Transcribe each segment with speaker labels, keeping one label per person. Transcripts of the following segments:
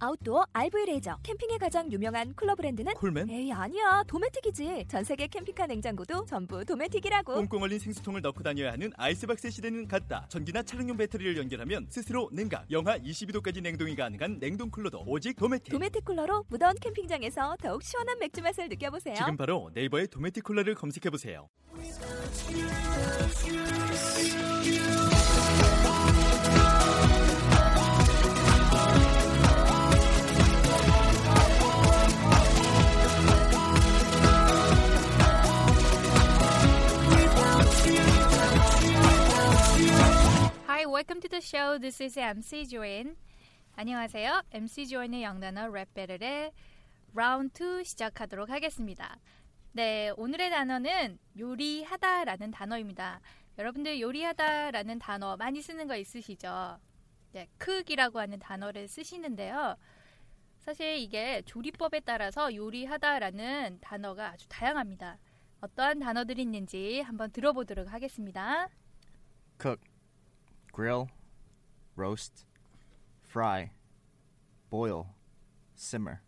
Speaker 1: 아웃도어 RV 레저 캠핑에 가장 유명한 쿨러 브랜드는
Speaker 2: 콜맨?
Speaker 1: 에이 아니야 도메틱이지 전 세계 캠핑카 냉장고도 전부 도메틱이라고
Speaker 2: 꽁꽁 얼린 생수통을 넣고 다녀야 하는 아이스박스 시대는 갔다. 전기나 차량용 배터리를 연결하면 스스로 냉각, 영하 22도까지 냉동이 가능한 냉동 쿨러도 오직 도메틱.
Speaker 1: 도메틱 쿨러로 무더운 캠핑장에서 더욱 시원한 맥주 맛을 느껴보세요.
Speaker 2: 지금 바로 네이버에 도메틱 쿨러를 검색해 보세요.
Speaker 3: Hi, welcome to the show. This is MC Join. 안녕하세요. MC Join의 영단어 랩 배틀의 라운드 2 시작하도록 하겠습니다. 네, 오늘의 단어는 요리하다라는 단어입니다. 여러분들 요리하다라는 단어 많이 쓰는 거 있으시죠? 네, 크기라고 하는 단어를 쓰시는데요. 사실 이게 조리법에 따라서 요리하다라는 단어가 아주 다양합니다. 어떠한 단어들이 있는지 한번 들어보도록 하겠습니다.
Speaker 4: cook, grill, roast, fry, boil, simmer.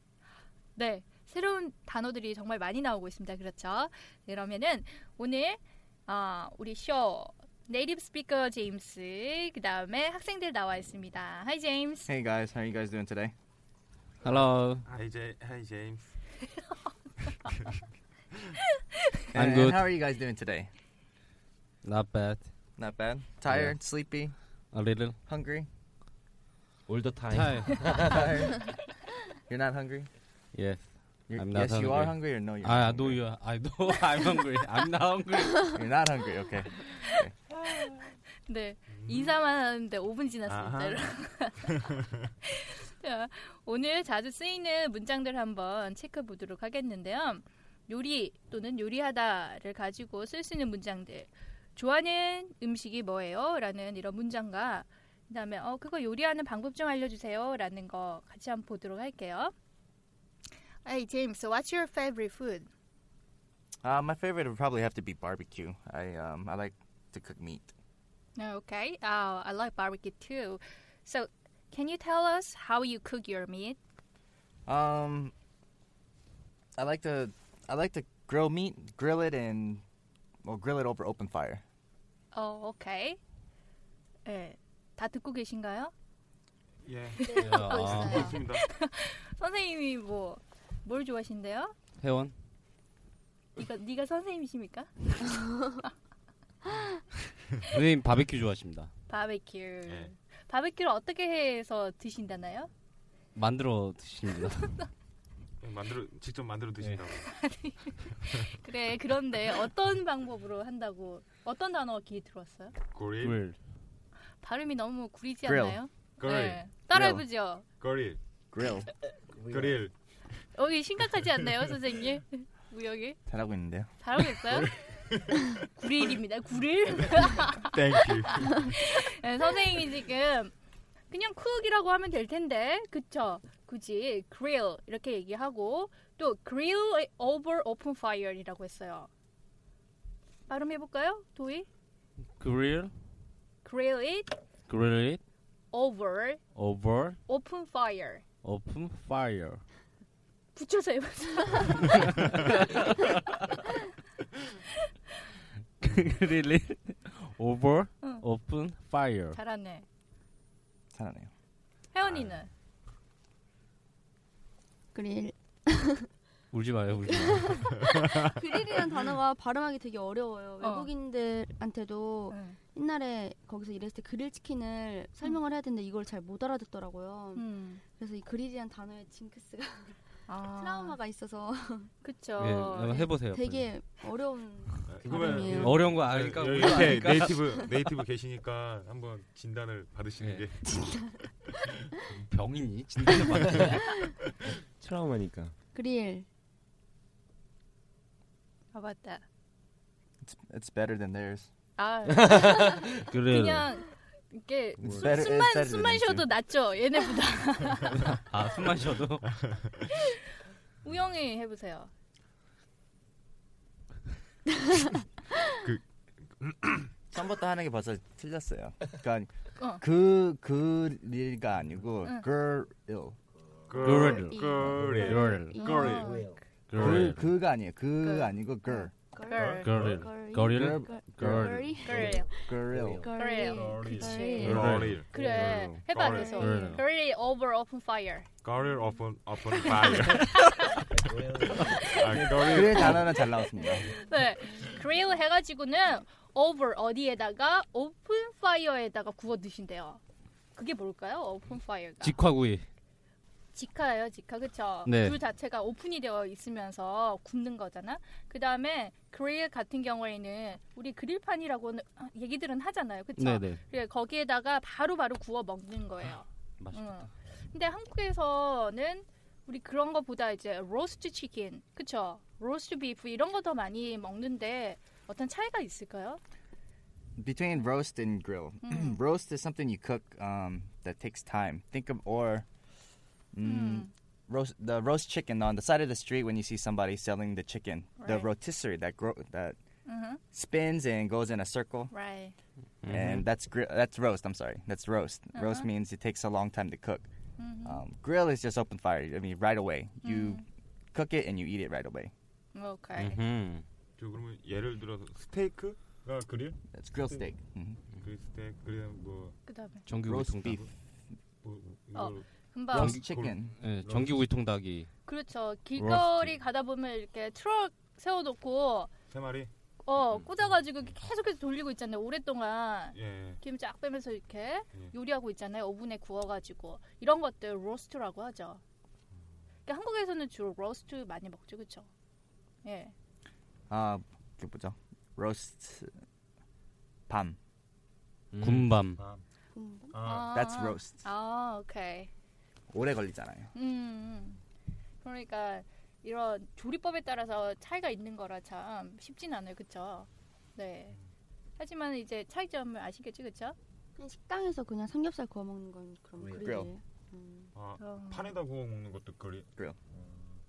Speaker 3: 네, 새로운 단어들이 정말 많이 나오고 있습니다. 그렇죠? 그러면은 오늘 아, 우리 쇼 네이티브 스피커 제임스 그다음에 학생들 나와 있습니다. 하이 제임스.
Speaker 4: Hey guys, how are you guys doing today?
Speaker 5: Hello,
Speaker 6: Hi, J- hi James.
Speaker 5: I'm
Speaker 4: And
Speaker 5: good.
Speaker 4: How are you guys doing today?
Speaker 5: not bad.
Speaker 4: Not bad. Tired, sleepy,
Speaker 5: A little.
Speaker 4: hungry.
Speaker 7: all the time.
Speaker 5: Tired.
Speaker 4: Tired. You're not hungry.
Speaker 5: yes.
Speaker 4: You're,
Speaker 5: I'm not Ah,
Speaker 4: yes, you are hungry or no? You're
Speaker 5: I
Speaker 4: not
Speaker 5: know
Speaker 4: hungry?
Speaker 5: you. I know. I'm hungry. I'm not hungry.
Speaker 4: You're not hungry. Okay.
Speaker 3: 네. 인사만 하는데 5분 지났습니다.
Speaker 6: 음. 아하.
Speaker 3: 여러분. 자, 오늘 자주 쓰이는 문장들 한번 체크 보도록 하겠는데요. 요리 또는 요리하다를 가지고 쓸 수 있는 문장들. 좋아하는 음식이 뭐예요? 라는 이런 문장과 그다음에 어 그거 요리하는 방법 좀 알려 주세요라는 거 같이 한번 보도록 할게요. Hey James, what's your favorite food?
Speaker 4: Uh, my favorite would probably have to be barbecue. I um I like to cook meat.
Speaker 3: Okay. Oh, I like barbecue too. So, can you tell us how you cook your meat?
Speaker 4: Um, I like to I like to grill meat, grill it, and well grill it over open fire.
Speaker 3: 어, 오케이. 예. 다 듣고 계신가요?
Speaker 6: Yeah.
Speaker 5: 아,
Speaker 6: 있습니다.
Speaker 3: 선생님이 뭐 뭘 좋아하신대요?
Speaker 5: 회원.
Speaker 3: 네가 네가 선생님이십니까?
Speaker 5: 선생님 바베큐 좋아하십니다.
Speaker 3: 바베큐.
Speaker 6: 예.
Speaker 3: 바베큐를 어떻게 해서 드신다나요?
Speaker 5: 만들어 드십니다.
Speaker 6: 만들어 직접 만들어 드신다고.
Speaker 5: 네.
Speaker 3: 그래. 그런데 어떤 방법으로 한다고 어떤 단어 귀에 들어왔어요?
Speaker 7: 네.
Speaker 6: 고릴,
Speaker 5: 물.
Speaker 3: 발음이 너무 구리지
Speaker 4: Grill.
Speaker 3: 않나요?
Speaker 6: 고릴,
Speaker 3: 예. 따라해 보죠.
Speaker 6: 고릴,
Speaker 4: Grill.
Speaker 6: 고릴.
Speaker 3: 여기 심각하지 않나요, 선생님? 우영이?
Speaker 4: 잘하고 있는데요.
Speaker 3: 잘하겠어요? 구릴입니다. 구릴.
Speaker 6: 네. Thank you.
Speaker 3: 네, 선생님이 지금 그냥 쿡이라고 하면 될 텐데, 그쵸? 굳이 grill 이렇게 얘기하고 또 grill over open fire이라고 했어요. 발음 해볼까요, 도희?
Speaker 5: Grill.
Speaker 3: Grill it
Speaker 5: Grill it
Speaker 3: over
Speaker 5: over
Speaker 3: open fire.
Speaker 5: open fire.
Speaker 3: 붙여서 해보세요.
Speaker 5: Grill it over
Speaker 8: 어.
Speaker 5: open fire.
Speaker 3: 잘하네.
Speaker 8: 아,
Speaker 4: 잘하네요.
Speaker 3: 혜원이는
Speaker 8: 그릴.
Speaker 5: 울지 마요, 울지 마요.
Speaker 8: 그릴이라는 단어가 발음하기 되게 어려워요.
Speaker 3: 어.
Speaker 8: 외국인들한테도
Speaker 3: 응.
Speaker 8: 옛날에 거기서 일했을 때 그릴 치킨을 설명을 해야 되는데 이걸 잘 못 알아듣더라고요.
Speaker 3: 음.
Speaker 8: 그래서 이 그릴이라는 단어에 징크스가
Speaker 3: 아.
Speaker 8: 트라우마가 있어서
Speaker 3: 그쵸.
Speaker 6: 네,
Speaker 5: 예, 한번 해보세요.
Speaker 8: 되게 어려운
Speaker 6: 그러면
Speaker 8: 발음이에요.
Speaker 5: 어려운 거 아니까.
Speaker 6: 여기
Speaker 5: 우리가
Speaker 6: 옆에
Speaker 5: 아니까.
Speaker 6: 네이티브 네이티브 계시니까 한번 진단을 받으시는
Speaker 5: 네.
Speaker 6: 게
Speaker 5: 병이니? 진짜 많네.
Speaker 7: 트라우마니까.
Speaker 8: 그릴.
Speaker 3: 아 맞다.
Speaker 4: It's, it's better than theirs.
Speaker 3: 아
Speaker 5: 그래.
Speaker 3: 그냥 이게
Speaker 4: It's
Speaker 3: 숨,
Speaker 4: better- it's better
Speaker 3: 숨만
Speaker 4: than
Speaker 3: 숨만 쉬어도
Speaker 4: theirs.
Speaker 3: 낫죠 얘네보다.
Speaker 5: 아, 숨 마셔도.
Speaker 3: 우영이 해보세요.
Speaker 4: 처음부터 하는 게 벌써 틀렸어요. 그러니까
Speaker 3: 어.
Speaker 4: 그 그릴가 아니고
Speaker 3: 응.
Speaker 4: girl.
Speaker 5: 그래요.
Speaker 6: 그래요.
Speaker 5: 그럴.
Speaker 6: 그래요.
Speaker 4: 그
Speaker 5: 그럴.
Speaker 4: 그가 아니에요. 그
Speaker 3: 그.
Speaker 4: 아니고 girl.
Speaker 3: 그럴.
Speaker 5: 그럴.
Speaker 4: girl.
Speaker 5: 거리를
Speaker 8: 그릴.
Speaker 3: 그래.
Speaker 4: girl.
Speaker 3: 그래요. 그치.
Speaker 6: 그릴.
Speaker 3: 그래. 해봐
Speaker 6: 그럴.
Speaker 3: 계속.
Speaker 5: 그래요.
Speaker 3: Girl over open fire.
Speaker 6: 그릴 open open fire. 아, 그릴
Speaker 4: 그릴 단어는 잘 나왔습니다.
Speaker 3: 네. Grill 해가지고는 over 어디에다가 open fire에다가 구워 드신대요. 그게 뭘까요? open fire가.
Speaker 5: 아. 직화구이.
Speaker 3: 직화예요, 직화. 그쵸?
Speaker 5: 네.
Speaker 3: 불 자체가 오픈이 되어 있으면서 굽는 거잖아. 그 다음에 그릴 같은 경우에는 우리 그릴판이라고 는 얘기들은 하잖아요. 그쵸?
Speaker 5: 네네.
Speaker 3: 그래, 예, 거기에다가 바로바로 구워 먹는 거예요.
Speaker 5: 아, 맛있겠다.
Speaker 3: 응. 근데 한국에서는 우리 그런 거보다 이제 로스트 치킨, 그쵸? 로스트 비프 이런 거 더 많이 먹는데 어떤 차이가 있을까요?
Speaker 4: Between roast and grill.
Speaker 3: 음.
Speaker 4: roast is something you cook um, that takes time. Think of or mm,
Speaker 3: 음.
Speaker 4: roast the roast chicken on the side of the street when you see somebody selling the chicken. The
Speaker 3: Right. Mm-hmm.
Speaker 4: rotisserie that grow that
Speaker 3: 음.
Speaker 4: spins and goes in a circle.
Speaker 3: Right.
Speaker 4: and that's grill. That's roast. I'm sorry. That's roast. Roast
Speaker 3: Uh-huh.
Speaker 4: means it takes a long time to cook.
Speaker 3: Mhm.
Speaker 4: Um, grill is just open fire. I mean, right away. You cook it and you eat it right away.
Speaker 3: Okay.
Speaker 5: 음.
Speaker 6: 저 그러면 예를 들어서 스테이크가 그릴?
Speaker 4: That's grill steak.
Speaker 6: Steak.
Speaker 4: hmm
Speaker 6: 그릴 스테이크 그릴 뭐,
Speaker 3: 그다음에
Speaker 5: 정규
Speaker 4: Roast
Speaker 5: 우통
Speaker 4: beef.
Speaker 5: 닭.
Speaker 6: 뭐 이걸
Speaker 3: 어. 금방
Speaker 4: Roast
Speaker 6: Roast
Speaker 4: chicken.
Speaker 5: 예, 정규 우통 닭이.
Speaker 3: 그렇죠. 길거리 가다 보면 이렇게 트럭 세워놓고
Speaker 6: 세 마리?
Speaker 5: 음.
Speaker 3: 어 꽂아가지고 이렇게 계속해서 돌리고 있잖아요. 오랫동안
Speaker 6: 예, 예.
Speaker 3: 김 쫙 빼면서 이렇게
Speaker 6: 예.
Speaker 3: 요리하고 있잖아요. 오븐에 구워가지고 이런 것들 로스트라고 하죠. 그러니까 한국에서는 주로 로스트 많이 먹죠, 그렇죠? 예,
Speaker 4: Uh, 그 뭐죠? roast. uh, 밤.
Speaker 5: 군밤.
Speaker 6: 아,
Speaker 8: 음.
Speaker 6: 아,
Speaker 4: That's roast.
Speaker 3: 아, 오케이.
Speaker 4: 오래 걸리잖아요.
Speaker 3: 음, 음, 그러니까 이런 조리법에 따라서 차이가 있는 거라 참 쉽진 않아요, 그렇죠? 네. 하지만 이제 차이점을 아시겠죠, 그렇죠?
Speaker 8: 그냥 식당에서 그냥 삼겹살 구워 먹는 건 그럼
Speaker 4: Grill.
Speaker 8: 그릴이에요. 음.
Speaker 6: 아,
Speaker 3: 어.
Speaker 6: 판에다 구워 먹는 것도 그릴?
Speaker 3: 음.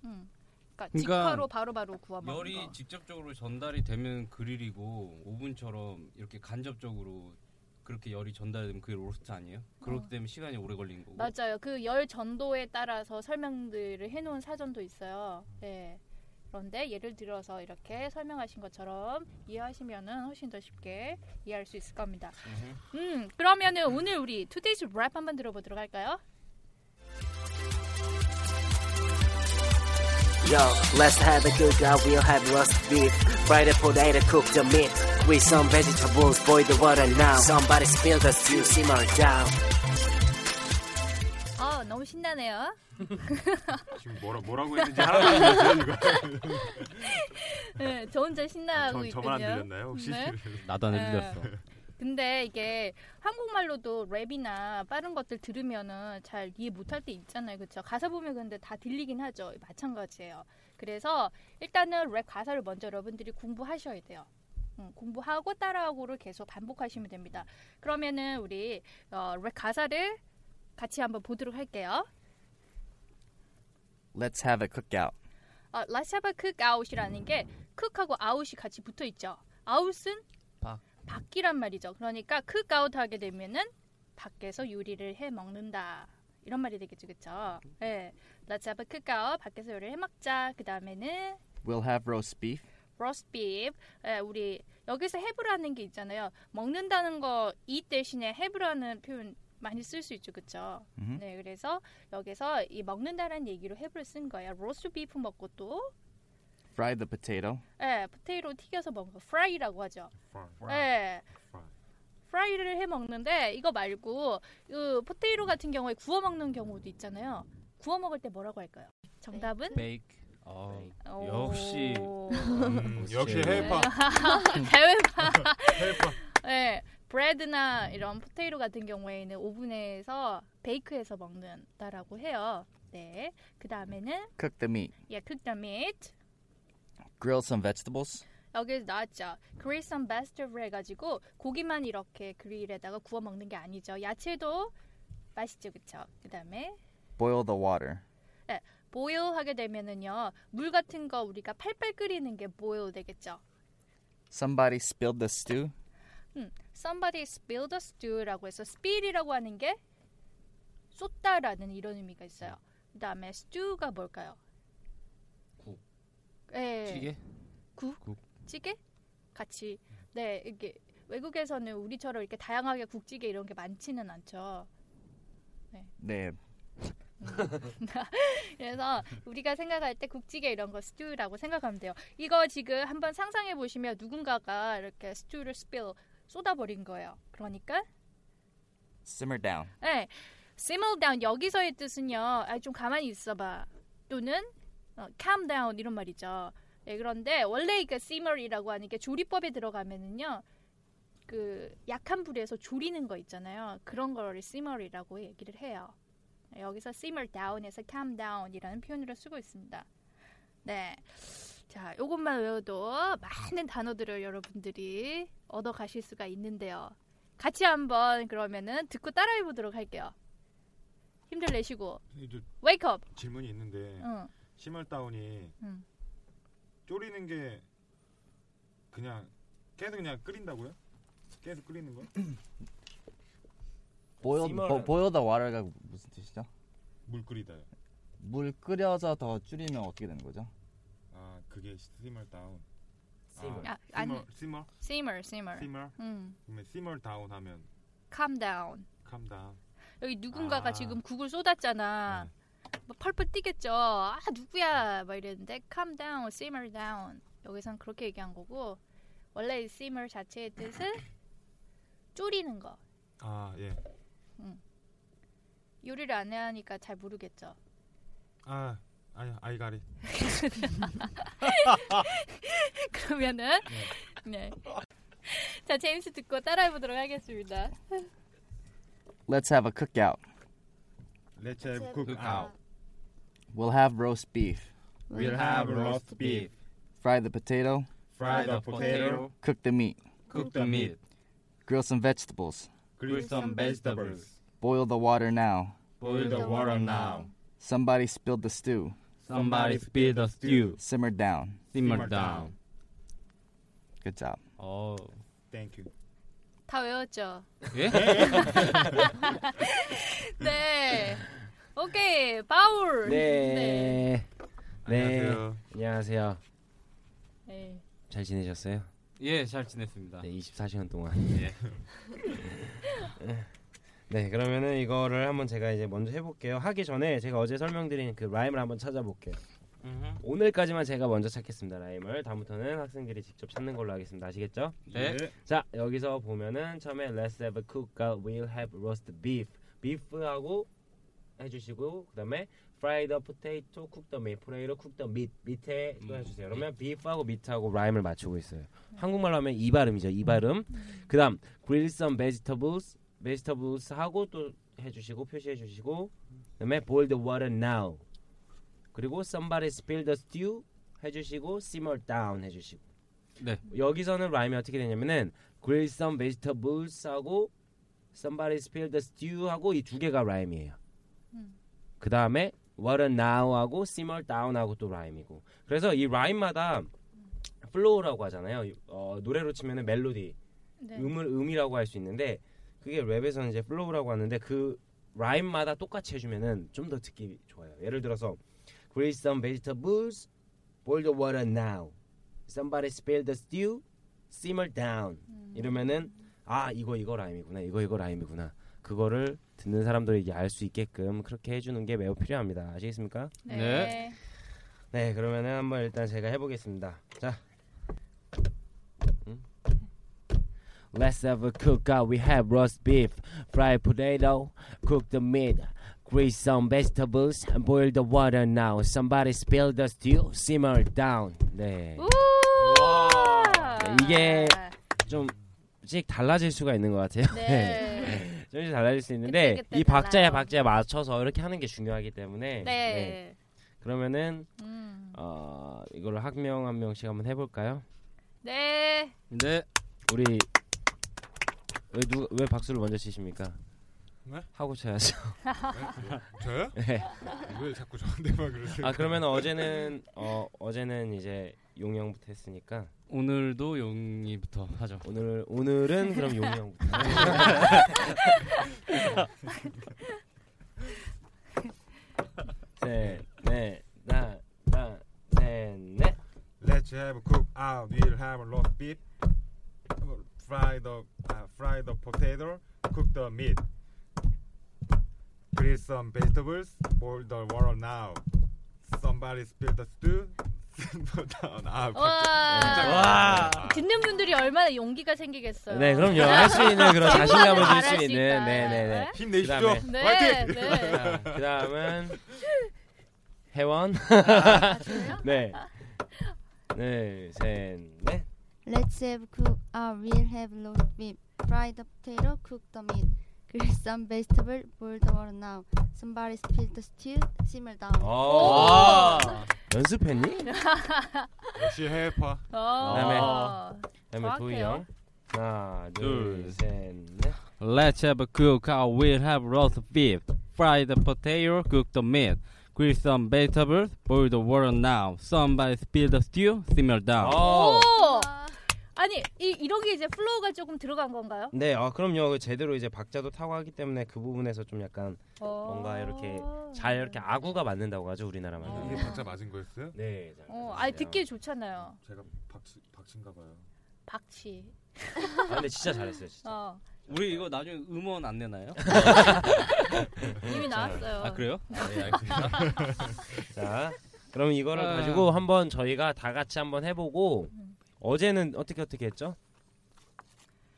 Speaker 3: 그러니까
Speaker 5: 그러니까
Speaker 3: 직화로 바로바로 구워 먹는
Speaker 5: 열이
Speaker 3: 거.
Speaker 5: 직접적으로 전달이 되면 그릴이고 오븐처럼 이렇게 간접적으로 그렇게 열이 전달되면 그게 로스트 아니에요? 그렇기 때문에 시간이 오래 걸린 거고.
Speaker 3: 맞아요. 그 열 전도에 따라서 설명들을 해놓은 사전도 있어요. 네. 그런데 예를 들어서 이렇게 설명하신 것처럼 이해하시면은 훨씬 더 쉽게 이해할 수 있을 겁니다. 음, 그러면은 오늘 우리 투데이즈 랩 한번 들어보도록 할까요?
Speaker 9: Yo, let's have a cookout, we'll have roast beef. Fry the potato, cook the meat. With some vegetables, boil the water now. Somebody spill the stew, simmer down.
Speaker 3: 아, 너무 신나네요.
Speaker 6: 지금 뭐라, 뭐라고 했는지 하나도 모르겠어요, 지금.
Speaker 3: 네, 저 혼자 신나하고
Speaker 6: 아, 저- 저만 안
Speaker 3: 있거든요.
Speaker 6: 들렸나요, 혹시?
Speaker 3: 네.
Speaker 5: 나도 안
Speaker 3: 네.
Speaker 5: 들렸어.
Speaker 3: 근데 이게 한국말로도 랩이나 빠른 것들 들으면은 잘 이해 못할 때 있잖아요. 그쵸? 가사 보면 근데 다 들리긴 하죠. 마찬가지예요. 그래서 일단은 랩 가사를 먼저 여러분들이 공부하셔야 돼요. 음, 공부하고 따라하고를 계속 반복하시면 됩니다. 그러면은 우리 어, 랩 가사를 같이 한번 보도록 할게요.
Speaker 4: Let's have a cookout.
Speaker 3: 어, 라샤바 쿡 아웃이라는 게 쿡하고 아웃이 같이 붙어 있죠. 아웃은
Speaker 5: 밖.
Speaker 3: 밖이란 말이죠. 그러니까 쿡 아웃 하게 되면은 밖에서 요리를 해 먹는다. 이런 말이 되겠죠, 그렇죠? 예, 라샤바 쿡 아웃 밖에서 요리를 해 먹자. 그 다음에는
Speaker 4: We'll have roast beef.
Speaker 3: roast beef. 예, 우리 여기서 have라는 게 있잖아요. 먹는다는 거 이 대신에 have라는 표현 많이 쓸 수 있죠, 그렇죠?
Speaker 4: 음흠.
Speaker 3: 네, 그래서 여기서 이 먹는다라는 얘기로 heb을 쓴 거예요. 로스트 비프 먹고 또
Speaker 4: Fry the potato.
Speaker 3: 예, 포테이로 튀겨서 먹는 거 프라이라고 하죠.
Speaker 4: Fry.
Speaker 3: 예. 프라이를 해 먹는데 이거 말고 그 포테이로 같은 경우에 구워 먹는 경우도 있잖아요. 구워 먹을 때 뭐라고 할까요? 정답은
Speaker 5: 베이크. 어,
Speaker 3: 오.
Speaker 5: 역시
Speaker 6: 음, 역시 해외파.
Speaker 3: 해외파.
Speaker 6: 해외파.
Speaker 3: 네, 브레드나 이런 포테이로 같은 경우에는 오븐에서 베이크해서 먹는다라고 해요. 네, 그 다음에는
Speaker 4: Cook the meat.
Speaker 3: yeah, cook the meat.
Speaker 4: Grill some vegetables.
Speaker 3: 여기 나왔죠. Grill some vegetable 해가지고 고기만 이렇게 그릴에다가 구워 먹는 게 아니죠. 야채도 맛있죠, 그쵸? 그 다음에
Speaker 4: Boil the water.
Speaker 3: 네, boil 하게 되면은요, 물 같은 거 우리가 팔팔 끓이는 게 boil 되겠죠.
Speaker 4: Somebody spilled the stew.
Speaker 3: 음, somebody spilled the stew라고 해서 spill이라고 하는 게 쏟다라는 이런 의미가 있어요. 그다음에 stew가 뭘까요?
Speaker 5: 국.
Speaker 3: 예.
Speaker 5: 찌개.
Speaker 3: 국?
Speaker 5: 국.
Speaker 3: 찌개? 같이. 네, 이게 외국에서는 우리처럼 이렇게 다양하게 국찌개 이런 게 많지는 않죠.
Speaker 4: 네.
Speaker 3: 그래서 우리가 생각할 때 국찌개 이런 거 스튜라고 생각하면 돼요. 이거 지금 한번 상상해 보시면 누군가가 이렇게 스튜를 스필 쏟아버린 거예요. 그러니까
Speaker 4: Simmer down.
Speaker 3: 네, simmer down 여기서의 뜻은요. 아, 좀 가만히 있어봐 또는 어, calm down 이런 말이죠. 네, 그런데 원래 이그 simmer이라고 하는 게 조리법에 들어가면은요. 그 약한 불에서 조리는 거 있잖아요. 그런 거를 simmer이라고 얘기를 해요. 네, 여기서 simmer down에서 calm down이라는 표현으로 쓰고 있습니다. 네. 자, 요것만 외워도 많은 단어들을 여러분들이 얻어 가실 수가 있는데요. 같이 한번 그러면은 듣고 따라해 보도록 할게요. 힘들 내시고
Speaker 6: 이제
Speaker 3: wake up.
Speaker 6: 질문이 있는데
Speaker 3: 응.
Speaker 6: 시멀다운이
Speaker 3: 어. 응.
Speaker 6: 졸이는 게 그냥 계속 그냥 끓인다고요? 계속 끓이는 거?
Speaker 4: Boil bo-
Speaker 6: Simmer은-
Speaker 4: boil the water가 무슨 뜻이죠?
Speaker 6: 물 끓이다요.
Speaker 4: 물 끓여서 더 줄이면 어떻게 되는 거죠?
Speaker 6: 아 그게 시멀다운.
Speaker 3: 아, 아니.
Speaker 6: 시멀 시멀
Speaker 3: simmer, simmer.
Speaker 6: 시멀.
Speaker 3: 음.
Speaker 6: 그러면 시멀다운 하면
Speaker 3: calm down.
Speaker 6: 캄다.
Speaker 3: 여기 누군가가
Speaker 6: 아.
Speaker 3: 지금 국을 쏟았잖아. 막 펄펄 뛰겠죠. 아 누구야? 막 이랬는데 calm down, simmer down. 여기선 그렇게 얘기한 거고 원래 이 simmer 자체의 뜻은 졸이는 거.
Speaker 6: 아 예.
Speaker 3: 요리를 안 하니까 잘 모르겠죠.
Speaker 6: 아 아니 아이가리.
Speaker 3: 그러면은 네. 자 제임스 듣고 따라해 보도록 하겠습니다.
Speaker 4: Let's have a cookout.
Speaker 6: Let's have cook out.
Speaker 4: We'll have roast beef.
Speaker 6: We'll have roast beef.
Speaker 4: Fry the potato.
Speaker 6: Fry the
Speaker 7: 어,
Speaker 6: potato.
Speaker 4: Cook the meat.
Speaker 6: Cook the meat.
Speaker 4: Grill some vegetables.
Speaker 6: Grill some vegetables.
Speaker 4: Boil the water now.
Speaker 6: Boil the water now.
Speaker 4: Somebody spilled the stew.
Speaker 6: Somebody spilled the stew.
Speaker 4: Simmer down.
Speaker 6: Simmer down.
Speaker 4: Good job.
Speaker 5: 어.
Speaker 6: Thank you.
Speaker 3: 다 외웠죠.
Speaker 5: 예?
Speaker 3: 네. 오케이 바울.
Speaker 7: 네. 네.
Speaker 6: 안녕하세요.
Speaker 7: 안녕하세요.
Speaker 3: 네.
Speaker 7: 잘 지내셨어요?
Speaker 5: 예, 잘 지냈습니다.
Speaker 7: 네, 24시간 동안.
Speaker 5: 예.
Speaker 7: 네, 그러면은 이거를 한번 제가 이제 먼저 해볼게요. 하기 전에 제가 어제 설명드린 그 라임을 한번 찾아볼게요. 오늘까지만 제가 먼저 찾겠습니다. 라임을 다음부터는 학생들이 직접 찾는 걸로 하겠습니다. 아시겠죠?
Speaker 5: 네.
Speaker 7: 자 여기서 보면은 처음에 Let's have a cookout, we'll have roast beef, beef하고 해주시고 그다음에 fried potato, cook the meat, potato, cook the meat 밑에 또
Speaker 5: 음,
Speaker 7: 해주세요. 그러면 beef하고 meat하고 라임을 맞추고 있어요. 한국말로 하면 이 발음이죠. 이 발음. 그다음 grill some vegetables, vegetables 하고 또 해주시고 표시해주시고 그다음에 boil the water now. 그리고 somebody spill the stew 해주시고 simmer down 해주시고.
Speaker 5: 네.
Speaker 7: 여기서는 라임이 어떻게 되냐면은 grill some vegetables 하고 somebody spilled the stew 하고 이 두 개가 라임이에요.
Speaker 3: 음.
Speaker 7: 그 다음에 what a now 하고 simmer down 하고 또 라임이고. 그래서 이 라임마다 플로우라고 하잖아요. 어, 노래로 치면은 멜로디,
Speaker 3: 네.
Speaker 7: 음을 음이라고 할 수 있는데 그게 랩에서는 이제 플로우라고 하는데 그 라임마다 똑같이 해주면은 좀 더 듣기 좋아요. 예를 들어서 grill some vegetables, boil the water now, somebody spilled the stew, simmer down. 이러면은 아 이거 이거 라임이구나 이거 이거 라임이구나 그거를 듣는 사람들에게 알 수 있게끔 그렇게 해주는 게 매우 필요합니다. 아시겠습니까?
Speaker 3: 네. 네.
Speaker 7: 네, 그러면은 한번 일단 제가 해보겠습니다. 자, 음.
Speaker 9: Let's have a
Speaker 7: uh,
Speaker 9: cookout. We have roast beef, fried potato, cook the meat, grease some vegetables, and boil the water now. Somebody spill the stew, simmer down. 네.
Speaker 7: 네, 이게 좀 조금씩 달라질 수가 있는 것 같아요.
Speaker 3: 네.
Speaker 7: 조금씩 달라질 수 있는데
Speaker 3: 그때, 그때
Speaker 7: 이 박자에
Speaker 3: 달라요.
Speaker 7: 박자에 맞춰서 이렇게 하는 게 중요하기 때문에
Speaker 3: 네.
Speaker 7: 네.
Speaker 3: 네.
Speaker 7: 그러면은
Speaker 3: 음.
Speaker 7: 어, 이거를 한 명 한 명씩 한번 해볼까요?
Speaker 3: 네.
Speaker 7: 네. 우리 왜 누가 왜 박수를 먼저 치십니까?
Speaker 6: 네?
Speaker 7: 하고 쳐야죠.
Speaker 6: 저요?
Speaker 7: 네.
Speaker 6: 왜 자꾸 저한테만 그러세요?
Speaker 7: 아 그러면 어제는 어 어제는 이제 용영부터 했으니까
Speaker 5: 오늘도 용이부터 하죠.
Speaker 7: 오늘 오늘은 그럼 용이 형부터. 셋, 넷, 나, 나, 셋, 넷.
Speaker 6: Let's have a cook out. We'll have a roast beef, fry the uh, fry the potato, cook the meat, grill some vegetables, boil the water now. Somebody spill the stew. simmer down. 아, 갑자기-
Speaker 3: 와. 듣는 분들이 얼마나 용기가 생기겠어요.
Speaker 7: 네, 그럼요. 할 수 있는 그런 자신감을
Speaker 3: 잘할
Speaker 7: 줄 수
Speaker 3: 수
Speaker 7: 있는.
Speaker 3: 있다.
Speaker 7: 네, 네, 네.
Speaker 6: 힘내십시오.
Speaker 7: 그다음에-
Speaker 3: 네.
Speaker 6: 화이팅!
Speaker 3: 네.
Speaker 7: 자, 그다음은 회원. 네. 네, 셋, 넷.
Speaker 10: Let's have cook. Uh, we'll have roast beef, fry the potato, cook the meat, grill some vegetable, boil the water now. Somebody spill the stew, simmer down.
Speaker 7: 오. 어. 연습했니?
Speaker 6: 역시 해파.
Speaker 7: 그다음에
Speaker 3: 어.
Speaker 7: 그다음에 도희 형. 하나, 둘,
Speaker 11: 둘,
Speaker 7: 셋, 넷.
Speaker 11: Let's have a cookout. We'll have roast beef, fry the potato, cook the meat, grill some vegetables, boil the water now. Somebody spill the stew, simmer down.
Speaker 7: 오.
Speaker 3: 오. 아니 이 이런 게 이제 플로우가 조금 들어간 건가요?
Speaker 7: 네, 아 그럼요. 제대로 이제 박자도 타고 하기 때문에 그 부분에서 좀 약간
Speaker 3: 어.
Speaker 7: 뭔가 이렇게 잘 이렇게 아구가 맞는다고 하죠 우리나라 말로.
Speaker 6: 이게 박자 맞은 거였어요?
Speaker 7: 네. 잘
Speaker 3: 어, 아니
Speaker 7: 맞았어요.
Speaker 3: 듣기 좋잖아요.
Speaker 6: 제가 박치 박친가 봐요.
Speaker 3: 박치.
Speaker 7: 아, 근데 진짜 잘했어요, 진짜.
Speaker 3: 어.
Speaker 5: 우리 이거 나중에 음원 안 내나요?
Speaker 3: 이미 나왔어요.
Speaker 5: 아 그래요? 아, 네, 알겠습니다.
Speaker 7: 자, 그럼 이거를
Speaker 5: 아.
Speaker 7: 가지고 한번 저희가 다 같이 한번 해보고 어제는 어떻게 어떻게 했죠?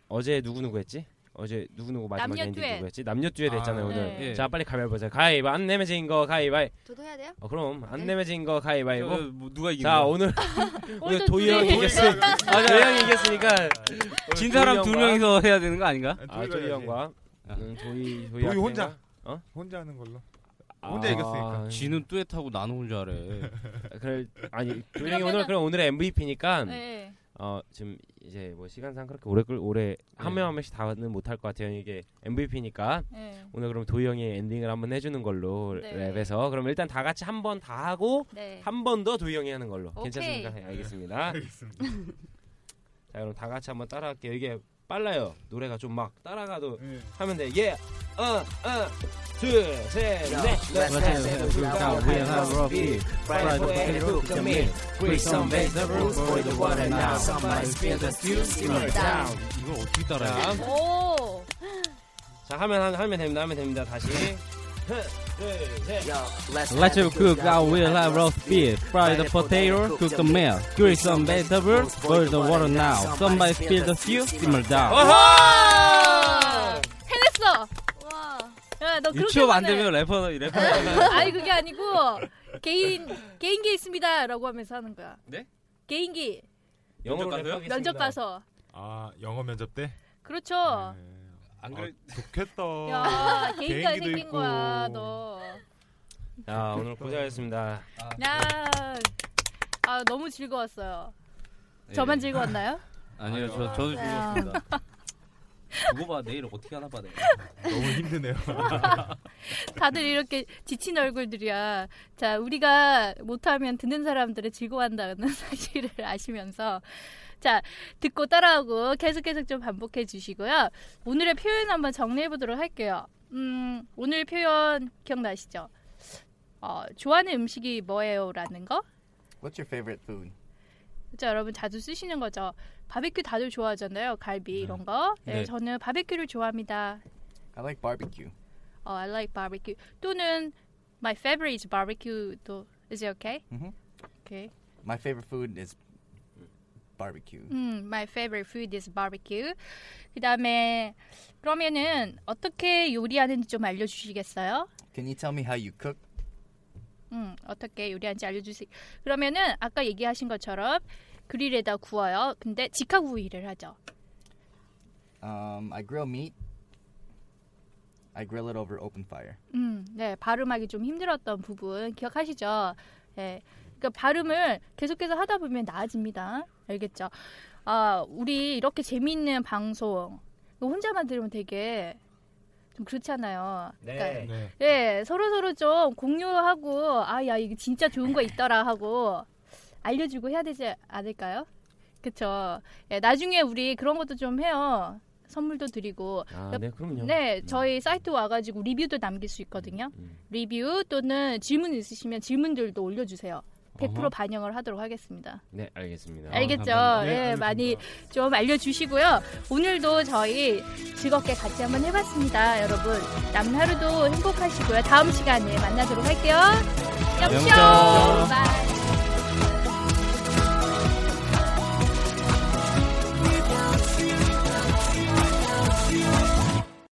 Speaker 7: 어제 누구 누구 했지? 어제 누구 누구 마지막
Speaker 10: 남녀
Speaker 7: 엔딩
Speaker 10: 듀엣.
Speaker 7: 누구 했지? 남녀 듀엣
Speaker 10: 아,
Speaker 7: 했잖아요 오늘.
Speaker 10: 네.
Speaker 7: 자, 빨리 가위바위보 하자. 가위바위보 안 내면 진거 가위바위보.
Speaker 10: 저도 해야 돼요?
Speaker 7: 어, 그럼
Speaker 5: 네.
Speaker 7: 안 내면 진거 가위바위보.
Speaker 5: 저, 뭐, 누가 이긴
Speaker 7: 자,
Speaker 5: 거야? 네.
Speaker 7: 오늘 오늘
Speaker 5: 오늘도
Speaker 7: 도희
Speaker 5: 둘이
Speaker 7: 형이 이겼어.
Speaker 5: 이겼어.
Speaker 7: 아,
Speaker 3: 네.
Speaker 7: 도희 형이 이겼으니까
Speaker 5: 진 사람 두
Speaker 7: 형과-
Speaker 5: 명이서 해야 되는 거 어, 아닌가? 아.
Speaker 7: 아, 도희 형과 음, 도희 도희
Speaker 6: 도희
Speaker 7: 학생과-
Speaker 6: 혼자.
Speaker 7: 어?
Speaker 6: 혼자 하는 걸로.
Speaker 7: 아,
Speaker 6: 혼자 이겼으니까.
Speaker 5: 지는 뚜엣하고 나는 혼자 하래.
Speaker 7: 그래 아니 도희 형이 오늘 그럼 오늘의 MVP니까
Speaker 3: 네.
Speaker 7: 어 지금 이제 뭐 시간상 그렇게 오래 끌
Speaker 5: 네.
Speaker 7: 오래 한 명 한 명씩 다는 못할 것 같아요. 이게 MVP니까
Speaker 3: 네.
Speaker 7: 오늘 그럼 도희 형이 엔딩을 한번 해주는 걸로
Speaker 3: 네.
Speaker 7: 랩에서 그럼 일단 다 같이 한 번 다 하고
Speaker 3: 네.
Speaker 7: 한 번 더 도희 형이 하는 걸로
Speaker 3: 오케이.
Speaker 7: 괜찮습니까? 네, 알겠습니다. 알겠습니다. 자 그럼 다 같이 한번 따라할게요. 이게 빨라요. 노래가 좀 막 따라가도 하면 돼. 예, 어, 어, 둘, 셋,
Speaker 9: Yo,
Speaker 7: 넷.
Speaker 9: let's have a cookout. We have roast beef, fried potato, cook the meat, grill some vegetables, boil the water now. Somebody spill the stew, simmer down.
Speaker 5: 이거 어떻게 따라해?
Speaker 7: 자,
Speaker 3: 오.
Speaker 7: 자 하면 하- 하면 됩니다. 하면 됩니다. 다시. 하나, 둘, 셋.
Speaker 11: Let's have a cookout. We'll have roast beef, fry the potato, cook the meat, grill some vegetables, boil the water now. Somebody spill the stew, simmer down.
Speaker 3: 와. 해냈어. 와. 야, 너 그렇게
Speaker 5: 유치원 안
Speaker 3: 하면은-
Speaker 5: 되면 래퍼 래퍼.
Speaker 3: 아니 그게 아니고 개인 개인기 있습니다라고 하면서 하는 거야.
Speaker 5: 네?
Speaker 3: 개인기
Speaker 6: 영어로
Speaker 3: 면접 가서
Speaker 6: 아 영어 면접 때?
Speaker 3: 그렇죠.
Speaker 5: 안
Speaker 6: 그래 좋겠다.
Speaker 3: 야 개인기가
Speaker 6: 네. 개인기도
Speaker 3: 생긴
Speaker 6: 있고.
Speaker 3: 거야 너.
Speaker 7: 자 오늘 고생하셨습니다.
Speaker 3: 야. 아 너무 즐거웠어요. 저만
Speaker 5: 예.
Speaker 3: 즐거웠나요?
Speaker 5: 아니요, 저 저도
Speaker 3: 아.
Speaker 5: 즐겼습니다. 그거 봐 내일 어떻게 하나 봐 내가.
Speaker 6: 너무 힘드네요.
Speaker 3: 다들 이렇게 지친 얼굴들이야. 자, 우리가 못하면 듣는 사람들을 즐거워한다는 사실을 아시면서 자, 듣고 따라하고 계속 계속 좀 반복해 주시고요. 오늘의 표현 한번 정리해 보도록 할게요. 음, 오늘 표현 기억나시죠? 어, 좋아하는 음식이 뭐예요? 라는 거?
Speaker 4: What's your favorite food?
Speaker 3: 그죠 여러분 자주 쓰시는 거죠. 바베큐 다들 좋아하잖아요. 갈비 이런 거. 네,
Speaker 4: 네.
Speaker 3: 저는 바베큐를 좋아합니다.
Speaker 4: I like barbecue.
Speaker 3: Oh, I like barbecue. 또는 my favorite is barbecue. 또 is it okay?
Speaker 4: Mhm.
Speaker 3: Okay.
Speaker 4: My favorite food is barbecue.
Speaker 3: 음, my favorite food is barbecue. 그다음에 그러면은 어떻게 요리하는지 좀 알려주시겠어요?
Speaker 4: Can you tell me how you cook?
Speaker 3: 음, 어떻게 요리하는지 알려주세요. 그러면은 아까 얘기하신 것처럼 그릴에다 구워요. 근데 직화구이를 하죠.
Speaker 4: Um, I grill meat. I grill it over open fire.
Speaker 3: 음, 네, 발음하기 좀 힘들었던 부분 기억하시죠? 예. 그러니까 발음을 계속해서 하다 보면 나아집니다. 알겠죠? 아, 우리 이렇게 재미있는 방송 이거 혼자만 들으면 되게 좀 그렇잖아요.
Speaker 7: 네. 네.
Speaker 3: 예, 서로 서로 좀 공유하고 아, 야, 이거 진짜 좋은 거 있더라 하고 알려주고 해야 되지 않을까요? 그쵸. 예, 나중에 우리 그런 것도 좀 해요. 선물도 드리고.
Speaker 9: 아, 네, 그럼요. 음,
Speaker 3: 네, 저희 사이트 와가지고 리뷰도 남길 수 있거든요. 리뷰 또는 질문 있으시면 질문들도 올려주세요. 100%
Speaker 9: 어허.
Speaker 3: 반영을 하도록 하겠습니다.
Speaker 9: 네, 알겠습니다.
Speaker 3: 알겠죠? 예, 많이 좀 알려주시고요. 오늘도 저희 즐겁게 같이 한번 해봤습니다. 여러분, 남은 하루도 행복하시고요. 다음 시간에 만나도록 할게요.
Speaker 9: 네, 영쇼.
Speaker 3: 영쇼! 바이.